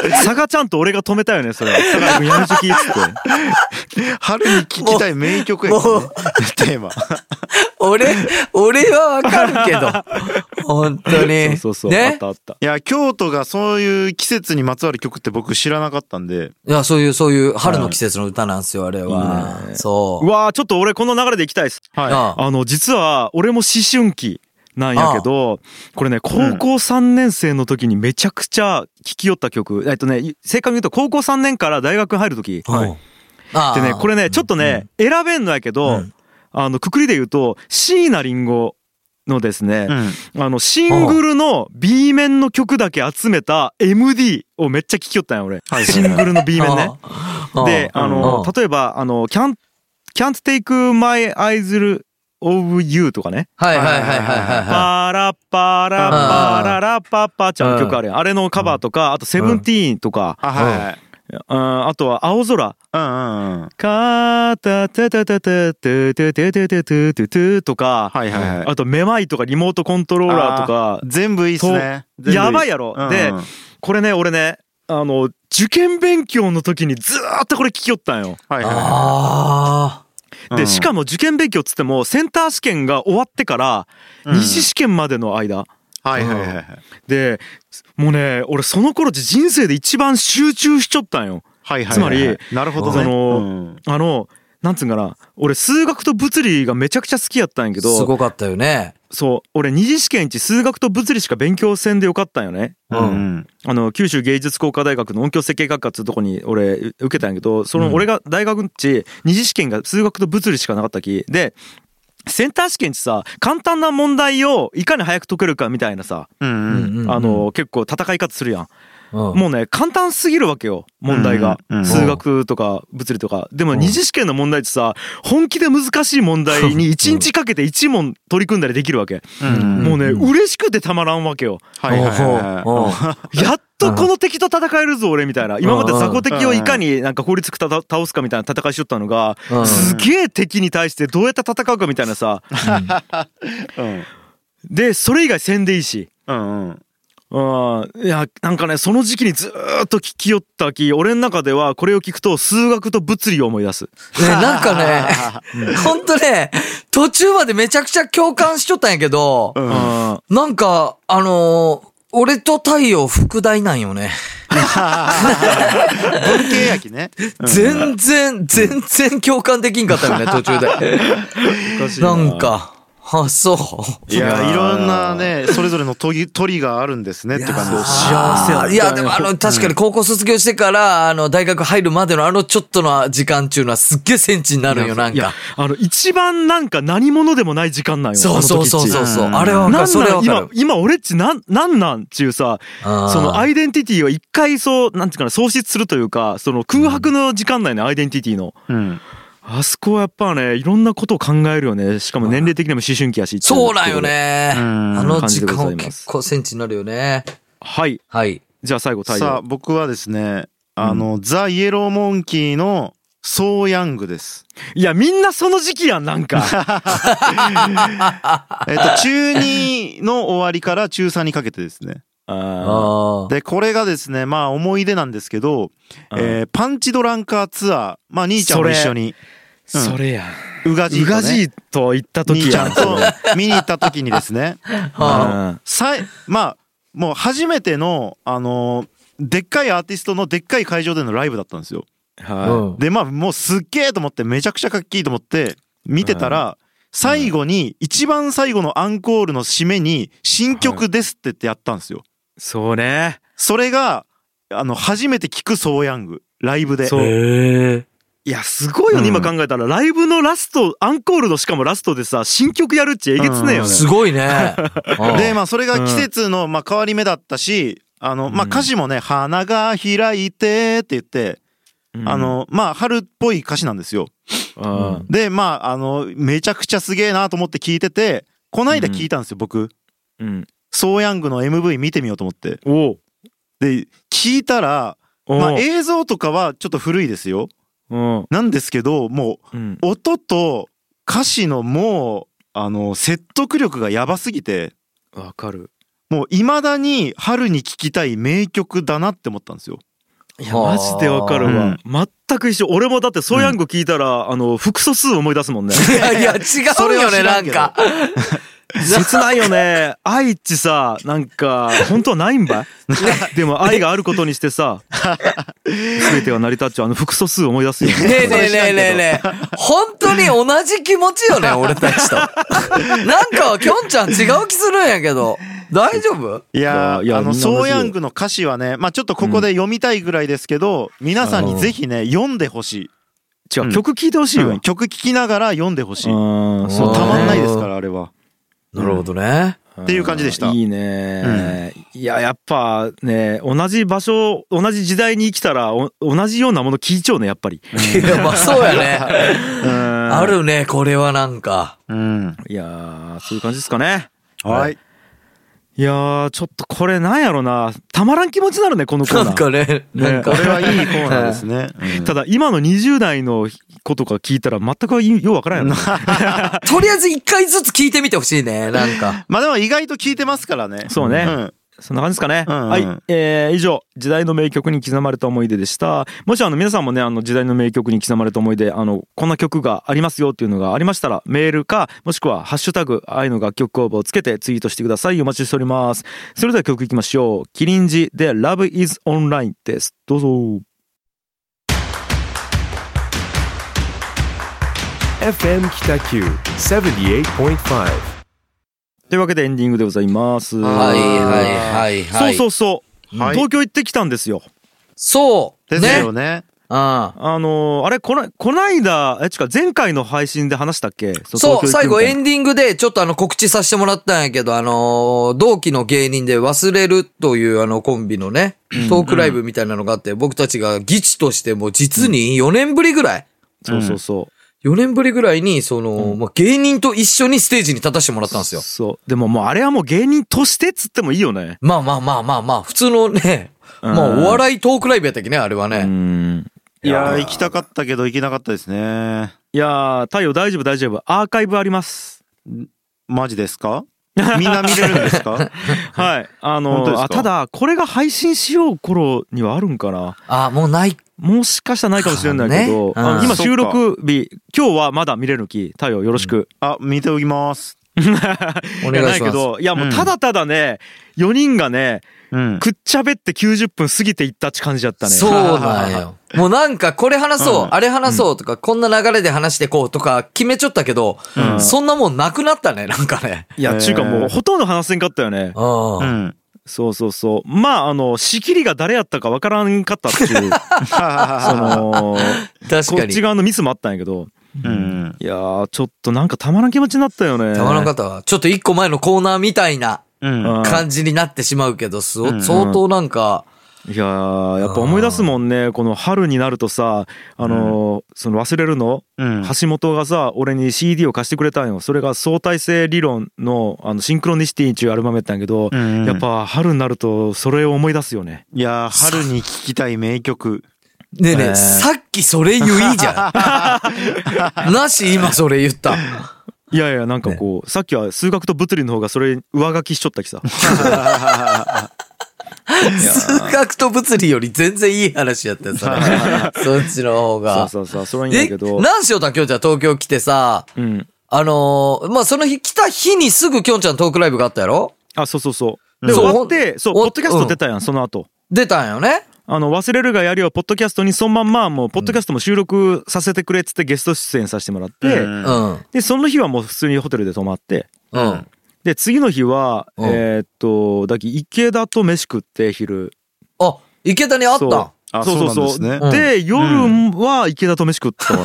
佐賀ちゃんと俺が止めたよねそれ高谷くんやめときっつって春に聞きたい名曲やからね テーマ俺、俺はわかるけど。本当に。そうそうそう、あっねた。あったいや京都がそういう季節にまつわる曲って僕知らなかったんでいや、そういう、そういう春の季節の歌なんですよ、あれは。そうう。わーちょっと俺この流れでいきたいですはいあああの実は俺も思春期なんやけどこれね高校3年生の時にめちゃくちゃ聴きよった曲えっとね正確に言うと高校3年から大学入る時はい。あでねこれねちょっとね選べんのやけうどんあのくくりで言うと椎名林檎のですね、うんあのシングルの B 面の曲だけ集めた MD をめっちゃ聴きよったんや俺、シングルの B 面ね。であの例えばあの「Can't, Can't Take My Eyes of You」とかねはいはいはいはいはい「はパラパラパララパパ」ちゃんの曲あるやんあれのカバーとかあと「セブンティーン」とかあはいはいうんあとは「青空」うんうんうん「カータタタタタタタタタタタタタ」とかはいはいはいあと「めまい」とか「リモートコントローラー」とか全部いいっすねとやばいやろででこれね俺ねあの受験勉強の時にずーっとこれ聞きよったんよ。はいい。はあいでしかも受験勉強っつってもセンター試験が終わってからうん二次試験までの間、もはいはいはいはいでもうね俺その頃人生で一番集中しちょったんよ。はいはいはいつまりなるほどそねのうんあのなんつうんかな俺数学と物理がめちゃくちゃ好きやったんやけあ。すどごかったよね。そう俺二次試験一数学と物理しか勉強せんでよかったんよね。うんうんあの九州芸術工科大学の音響設計学科っていうとこに俺う受けたんやけどその俺が大学んち二次試験が数学と物理しかなかったきでセンター試験ってさ簡単な問題をいかに早く解けるかみたいなさ、うんうんあ、の結構戦い方するやん、ももうね簡単すぎるわけよ問題が、うんうん数学とか物理とかでもうん二次試験の問題ってさ本気で難しい問題に1日かけて1問取り組んだりできるわけ、うんもうねうん嬉しくてたまらんわけよはいはいはいはいやっとこの敵と戦えるぞ俺みたいな今まで雑魚敵をいかになんか効率よくたた倒すかみたいな戦いしよったのがうんすげえ敵に対してどうやって戦うかみたいなさうんでそれ以外せんでいいし。うんうんうんいやなんかねその時期にずーっと聞きよったき俺の中ではこれを聞くと数学と物理を思い出すね、なんかね、ほんとね、途中までめちゃくちゃ共感しちょったんやけど、うんうんあなんか、あのー俺と太陽副題なんよね。文系や きね全然、全然共感できんかった よね、途中で。 なんか、あ、そう。いやいろんなねそれぞれのトリトリがあるんですねって感じです幸せやったあーねいや、でもあの、確かに高校卒業してから、あの、大学入るまでのあのちょっとの時間っていうのはすっげえセンチになるよ、なんいやか。あの一番なんか何者でもない時間なんよそうそうそうそうそう。あれはわかなる。んそれはなんわか今今る。俺っちなんなんなんちゅうさあーそのアイデンティティを一回そうなんていうかな喪失するというかその空白の時間内のアイデンティティのうんあそこはやっぱねいろんなことを考えるよねしかも年齢的にも思春期やしそうなんよね。うんあの時間感じでござはいます結構センチになるよね。はいはい。じゃあ最後太さあ陽僕はですねあの、ザ・イエローモンキーのソーヤングです。いやみんなその時期やんなん かえっと、中2の終わりから中3にかけてですね。ああで、これがですね、まあ思い出なんですけど、うんえーパンチドランカーツアー、まあ兄ちゃんも一緒に、ーそれやうがじ宇いとね賀じいと行った時兄ちやゃんと見に行った時にですね、あ。さいまあもう初めての、あのーでっかいアーティストのでっかい会場でのライブだったんですよ。はでまあもうすっげえと思ってめちゃくちゃかっけえと思って見てたら最後に一番最後のアンコールの締めに「新曲です」って言ってやったんですよ。いそうねそれがあの初めて聞くソーヤングライブで。そうえいやすごいよねうん今考えたらライブのラストアンコールのしかもラストでさ新曲やるっちえげつねえよねえ。すごいね。でまあそれが季節のまあ変わり目だったしあのまあ歌詞もね「花が開いて」って言ってうんあのまあ春っぽい歌詞なんですよ。うんでまああのめちゃくちゃすげえなと思って聞いててこないだ聞いたんですよ僕。うんソーヤングの MV 見てみようと思って。おうで聞いたら、おうまあ、映像とかはちょっと古いですようんなんですけどもうんう音と歌詞のもうあの説得力がやばすぎてわかるもういまだに春に聴きたい名曲だなって思ったんですよ。いやマジでわかるわ全く一緒俺もだってソーヤング聞いたらあの複素数思い出すもんねいやいや、違そうれよはね、知ならんんけどか。切ない よね愛ってさなんか本当はないんばいでも愛があることにして さ全てが成り立っちゃうあの複素数思い出すよねねえねえねえねえねえ。本当に同じ気持ちよね、俺たちと。なんか、きょんちゃん違う気するんやけど。大丈夫いやいやいやーあみんなの同じよソーヤングの歌詞はねまあちょっとここで読みたいぐらいですけど、皆さんにぜひね読んでほし違ううん曲聴いてほしい、いよ、うん曲聴きながら読んでほしいもそううたまんないですからあれはなるほどね。っていう感じでしたいいね、いややっぱね同じ場所同じ時代に生きたらお同じようなもの聴いちゃうねやっぱり、いや、まあそうやね。うんあるね、これはなんか。うんいやーそういう感じですかねはいいやーちょっとこれなんやろなたまらん気持ちになるねこのコーなナんーかね、なんこか。れはいいコーナー ですね、うんただ今の20代の子とか聞いたら全くようわからんやろなとりあえず一回ずつ聞いてみてほしいね、なんか。まあでも意外と聞いてますからねそうねんそんな感じですかね、うんうんはい、えー以上時代の名曲に刻まれた思い出でしたもしあの皆さんもねあの時代の名曲に刻まれた思い出あのこんな曲がありますよっていうのがありましたらメールかもしくは「ハッシュタグ愛の楽曲工房」をつけてツイートしてくださいお待ちしておりますそれでは曲いきましょう「キリンジ」で「Love is Online」ですどうぞ FM Kitaku 78.5. というわけでエンディングでございますはいはいはいはい。。そううそうそう、はい東京行ってきたんですよそう。ですよね。ねうん。あのーあれこなこないだえちか前回の配信で話したっけそう、最後エンンディングでちょっとあの告知させてもらったんやけど、あのー同期の芸人で忘れるというあのコンビのね、トークライブみたいなのがあって、僕たちが議事としても実に4年ぶりぐらい、そうそうそう、 4年ぶりぐらいに、その、まあ、芸人と一緒にステージに立たせてもらったんですよ。そうでももうあれはもう芸人としてっつってもいいよねまあまあまあまあまあ、普通のね、うんまあお笑いトークライブやったっけね、あれはうね。んいやー行きたかったけど行けなかったですねいやー太陽大丈夫大丈夫アーカイブありますマジで すかみんな見れるんですかはいあの本当でーすかあただこれが配信しよう頃にはあるんかなあ、もうない。もしかしたらないかもしれないけど、かねうんあの今そっか収録日今日はまだ見れるき太陽よろしく、あ見ておきますいやないお願いしけます。どいやもううんただただね4人がねうんくっちゃべって90分過ぎていったって感じだったねそうな んよ。もうなんかこれ話そう、うんあれ話そうとか、こんな流れで話してこうとか決めちょったけど、うんそんなもんなくなったね、なんか ね。いや、えーちゅうかもうほとんど話せんかったよね。うん。うん そうそうそう。まあ、あの、仕切りが誰やったかわからんかったっていう、その、確こかっにち。側のミスもあったんやけど、うんいやー、ちょっとなんかたまらん気持ちになったよね。たまらんかったわ。ちょっと一個前のコーナーみたいなうんうん感じになってしまうけど、そうん相当なんか、いやー、やっぱ思い出すもんね、この春になるとさ、あのー、その忘れるの、うん橋本がさ、俺に CD を貸してくれたんよ。それが相対性理論の、あの、シンクロニシティっていうアルバムやったんやけど、うんやっぱ春になるとそれを思い出すよね。いやー春に聴きたい名曲ねえねええ、ーさっきそれ言いじゃ ん。なし、今それ言った。いやいや、なんかこう、さっきは数学と物理の方がそれ上書きしちょったきさ。数学と物理より全然いい話やったよ、そ れ。そっちのそ方うが。そうそう、それはいいんだえけど。何しようたん、きょんちゃん、東京来てさ、うん。あのーまあ、その日、来た日にすぐきょんちゃんトークライブがあったやろあ、そうそうそう。んで、そう終わって、そう、ポおッドキャスト出たやん、その後。出たんよねあの、忘れるがやるよ、ポッドキャストに、そのまんま、もう、ポッドキャストも収録させてくれっつってゲスト出演させてもらって、うんうん。で、その日はもう普通にホテルで泊まって、うん。で、次の日は、うんえーっと、だっけ池田と飯食って、昼。あ、池田にあった。そうんあそうそうそうそなんう。ですねで、夜は池田と飯食ったか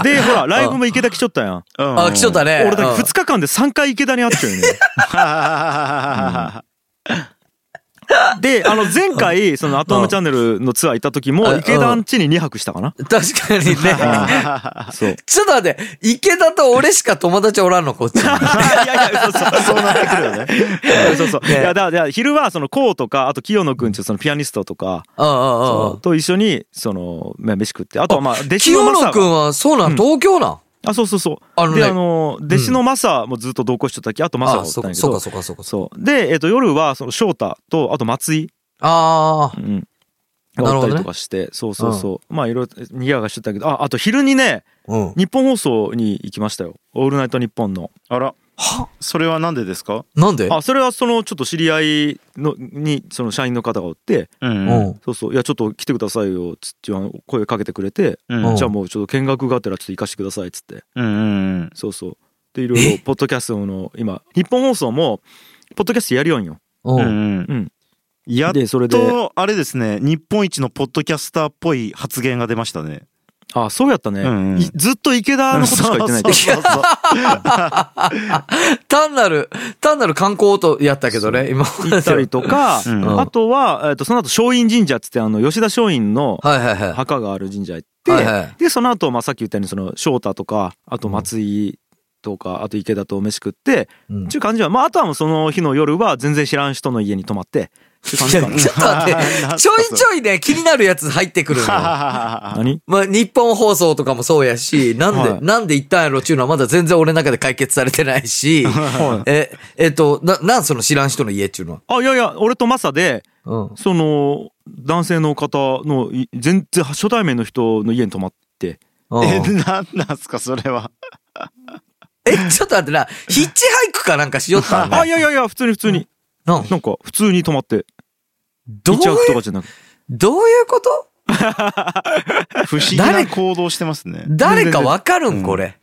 な。で、ほら、ライブも池田来ちょったやん。うんあ、来ちょったね。俺だけうん2日間で3回池田に会ってるよ ね。で、あの前回、そのアトムチャンネルのツアー行った時うも、ん池田ん家に2泊したかな。確かにね。 そう。いちょっと待って、池田と俺しか友達おらんの、こっちに。やいや、そうそう。そうなってくるよねそうそう。いねや、だからだから昼は、その、こうとか、あと、清野くんち、その、ピアニストとか、うんうんうん。と一緒に、その、まあ飯食って、あとは、まあ、弟子清のマサ野がくんは、そうなん、うん東京なん。あ、そうそうそう。あのねで、あの、弟子のマサもずっと同行しとったき、あとマサがあ、おったそんやけそうどか、。そうか、そうか。そう。で、えっと、夜は、その、翔太と、あと、松井。ああ、うん。がおったなるほどりねとかして、そうそうそう、まあいろいろにぎやかしてたけどああと昼にねうん。日本放送に行きましたよ「オールナイトニッポン」のあらはそれはなんでですかなんであそれはそのちょっと知り合いのにその社員の方がおってうんうん。そうそういやちょっと来てくださいよつって声かけてくれて、うんうんじゃあもうちょっと見学がてらちょっと行かしてくださいっつってうんうんそうそうでいろいろポッドキャストの今日本放送もポッドキャストやるよんよううん。んううんんやっでそれでとあれですね日本一のポッドキャスターっぽい発言が出ましたねあそうやったね、うんうんいずっと池田のことしか言ってないそうそうそう単なる、単なる観光とやったけどね、今まで行ったりとか、うんあとは、えっとその後松陰神社っつってあの吉田松陰のはいはいは墓がある神社行って、はいはいでその後、まあさっき言ったようにその翔太とかあと松井とかあと池田と飯食って、い。うんっていう感じは、まあ、あとはもうその日の夜は全然知らん人の家に泊まってっていう感いじや、ちかょっ なと待ってなん、だちょいちょいね、気になるやつ入ってくるのよ。何まあ、日本放送とかもそうやし、なんで、はいなんで行ったんやろっていうのはまだ全然俺の中で解決されてな いし、え、えっと、な、なんその知らん人の家っていうのは。あいやいや俺とマサでうん。その男性の方のい全然初対面の人の家に泊まってうんえなんなんすかそれはえ、ちょっと待ってな、ヒッチハイクかなんかしよったんあだい。やいやいや普通に普通になんなんか普通に泊まってどう一泊という、かじゃなくてどういうこと不思議な誰行動してますね誰かわかるん これ。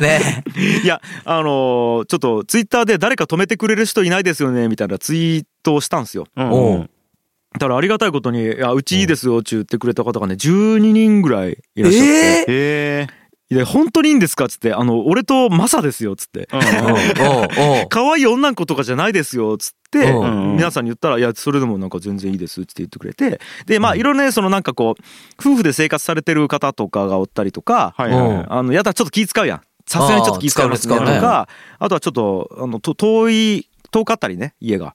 ねいやあのーちょっとツイッターで誰か泊めてくれる人いないですよねみたいなツイートをしたんですようんおううんだからありがたいことにいや「うちいいですよ」って言ってくれた方がね12人ぐらいいらっしゃって。えええで本当にいいんですか?」っつって「あの俺とマサですよ」っつってえうんうんおうおう「可愛い女の子とかじゃないですよ」っつってうんうん皆さんに言ったら「いやそれでもなんか全然いいです」っつって言ってくれてでまあいろいろねそのなんかこう夫婦で生活されてる方とかがおったりとかはいはいはいあのやだちょっと気使うやんさすがにちょっと気使うあやーつ使ねうとねかあとはちょっとあのと遠い遠かったりね家が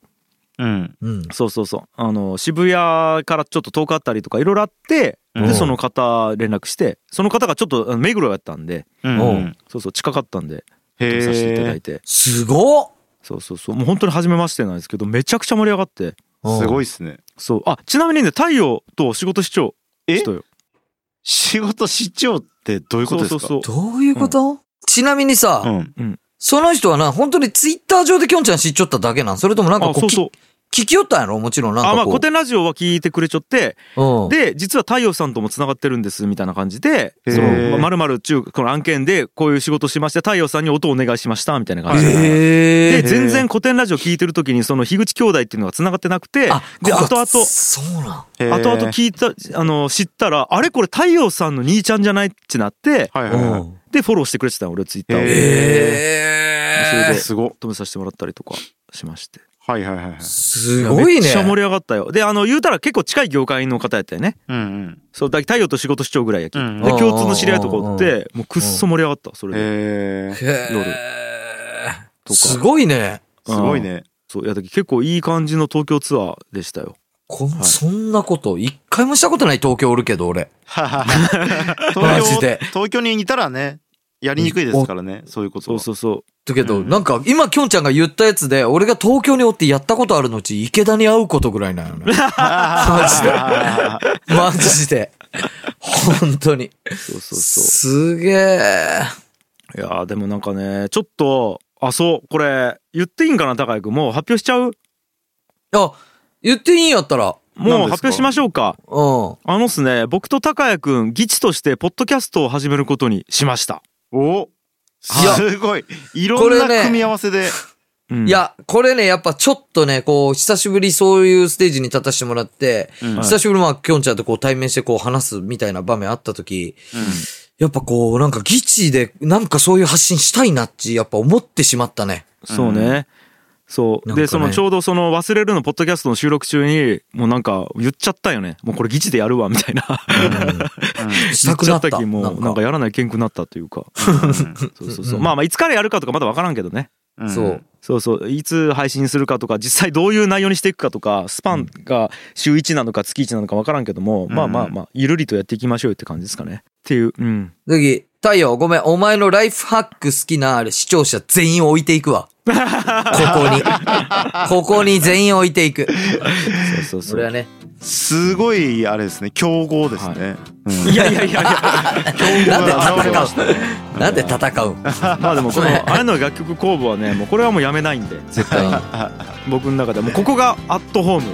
うんうん。そうそうそうあの渋谷からちょっと遠かったりとかいろいろあってうでんその方連絡してその方がちょっとあの目黒やったんでうんおううんそうそう近かったんでへさせていただえいてすごっそうそうそうもう本当に初めましてなんですけどめちゃくちゃ盛り上がってすごい。いっすねそうあちなみにね太陽と仕事市長え人よ仕事市長ってどういうことですそうかそうそうどういうことちなみにさ、うんその人はな、本当にツイッター上できょんちゃん知っちゃっただけなんそれともなんかあこそううそうき聞きよったんやろもちろんなんかこあう。まあ古典ラジオは聞いてくれちょってうん、で実は太陽さんともつながってるんですみたいな感じでへーそのまるまる中この案件でこういう仕事しまして太陽さんに音をお願いしましたみたいな感じで。えでえ全然古典ラジオ聞いてる時にその樋口兄弟っていうのがつながってなくてあ、でここ後々そうなん。へえ後々聞いたあの知ったらあれこれ太陽さんの兄ちゃんじゃないってなってはいはいはういんでフォローしてくれてたの俺ツイッターをへーそれでええすご止めさせてもらったりとかしましてはいはいはいはいすごいめっねち。ゃ盛り上がったよであの言うたら結構近い業界の方やったよねうんうんそうだ太陽と仕事市長ぐらいやき、うんで共通の知り合いとかおっうんてもうくっそ盛り上がったそれで、へえへえ夜とかすごいね。すごいねそういやだけど結構いい感じの東京ツアーでしたよこんそんなこと、一回もしたことない東京おるけど、俺。マ東ジ京で東京にいたらねやりにくいですからねそういうことそうはそうそうだけど、うんなんか、今、きょんちゃんが言ったやつで、俺が東京におってやったことあるのうち、池田に会うことぐらいなのね。マジで。 マジで。本当に。そうそうそすげえ。ういやーでもなんかねちょっとあそうこれ言っていいんかな高井君もう発表しちゃうあ、言っていいんやったら。もう何ですか発表しましょうかうん。あのっすね僕と高谷くん議事としてポッドキャストを始めることにしました、おいやすごいいろこんれなね組み合わせでうんいや、これね、やっぱちょっとね、こう、久しぶりそういうステージに立たせてもらって、うん久しぶりまあ、きょんちゃんとこう対面してこう話すみたいな場面あった時、やっぱこう、なんか議地で、なんかそういう発信したいなって、やっぱ思ってしまったね。そうね、そうなんかでねそのちょうどその忘れるのポッドキャストの収録中にもうなんか言っちゃったよねもうこれ議事でやるわみたいなし言ったくちゃなっったたな時もんなんかかやらないけんくなったというかそうそうそうまあまあいつからやるかとかまだわからんけどねん そう。そうそういつ配信するかとか実際どういう内容にしていくかとかスパンが週1なのか月1なのかわからんけども、まあまあまあゆるりとやっていきましょうよって感じですかねっていううん次、太陽、ごめん、お前のライフハック好きな視聴者全員置いていくわ。ここに。ここに全員置いていく。そうそうそ俺はうね、すごいあれですね強豪ですね、うんいやいやいやいや強豪が現れま なんでし戦たうねなんで戦うんまあでも このあれの楽曲公募はねもうこれはもうやめないんで絶対に僕の中でもうここがアットホーム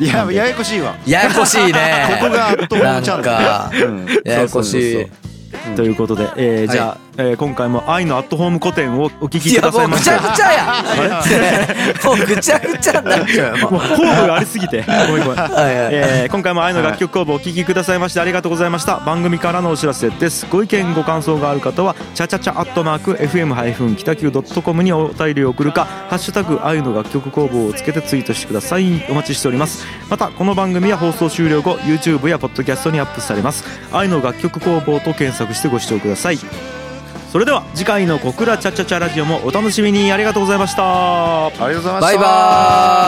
いやややこしいわややこしいこね。こがアットホームチャンネルなんかうんややこしい。ということで、えーじゃあ、えー今回も愛のアットホーム古典をお聞きいくやだもさいうまぐしちたゃぐちゃや。 もうぐちゃぐちゃになっちゃうよ。もうもホームがありすぎてごめんごめんうはいはいえー今回も愛の楽曲公募をお聴きくださいましてありがとうございました番組からのお知らせですご意見ご感想がある方はチャチャチャアットマーク FM- 北九 .com にお便りを送るか「ハッシュタグ愛の楽曲公募」をつけてツイートしてくださいお待ちしておりますまたこの番組は放送終了後 YouTube やポッドキャストにアップされます愛の楽曲公募と検索してご視聴くださいそれでは次回の「小倉チャチャチャラジオ」もお楽しみにありがとうございましたありがとうございましたバイバーイ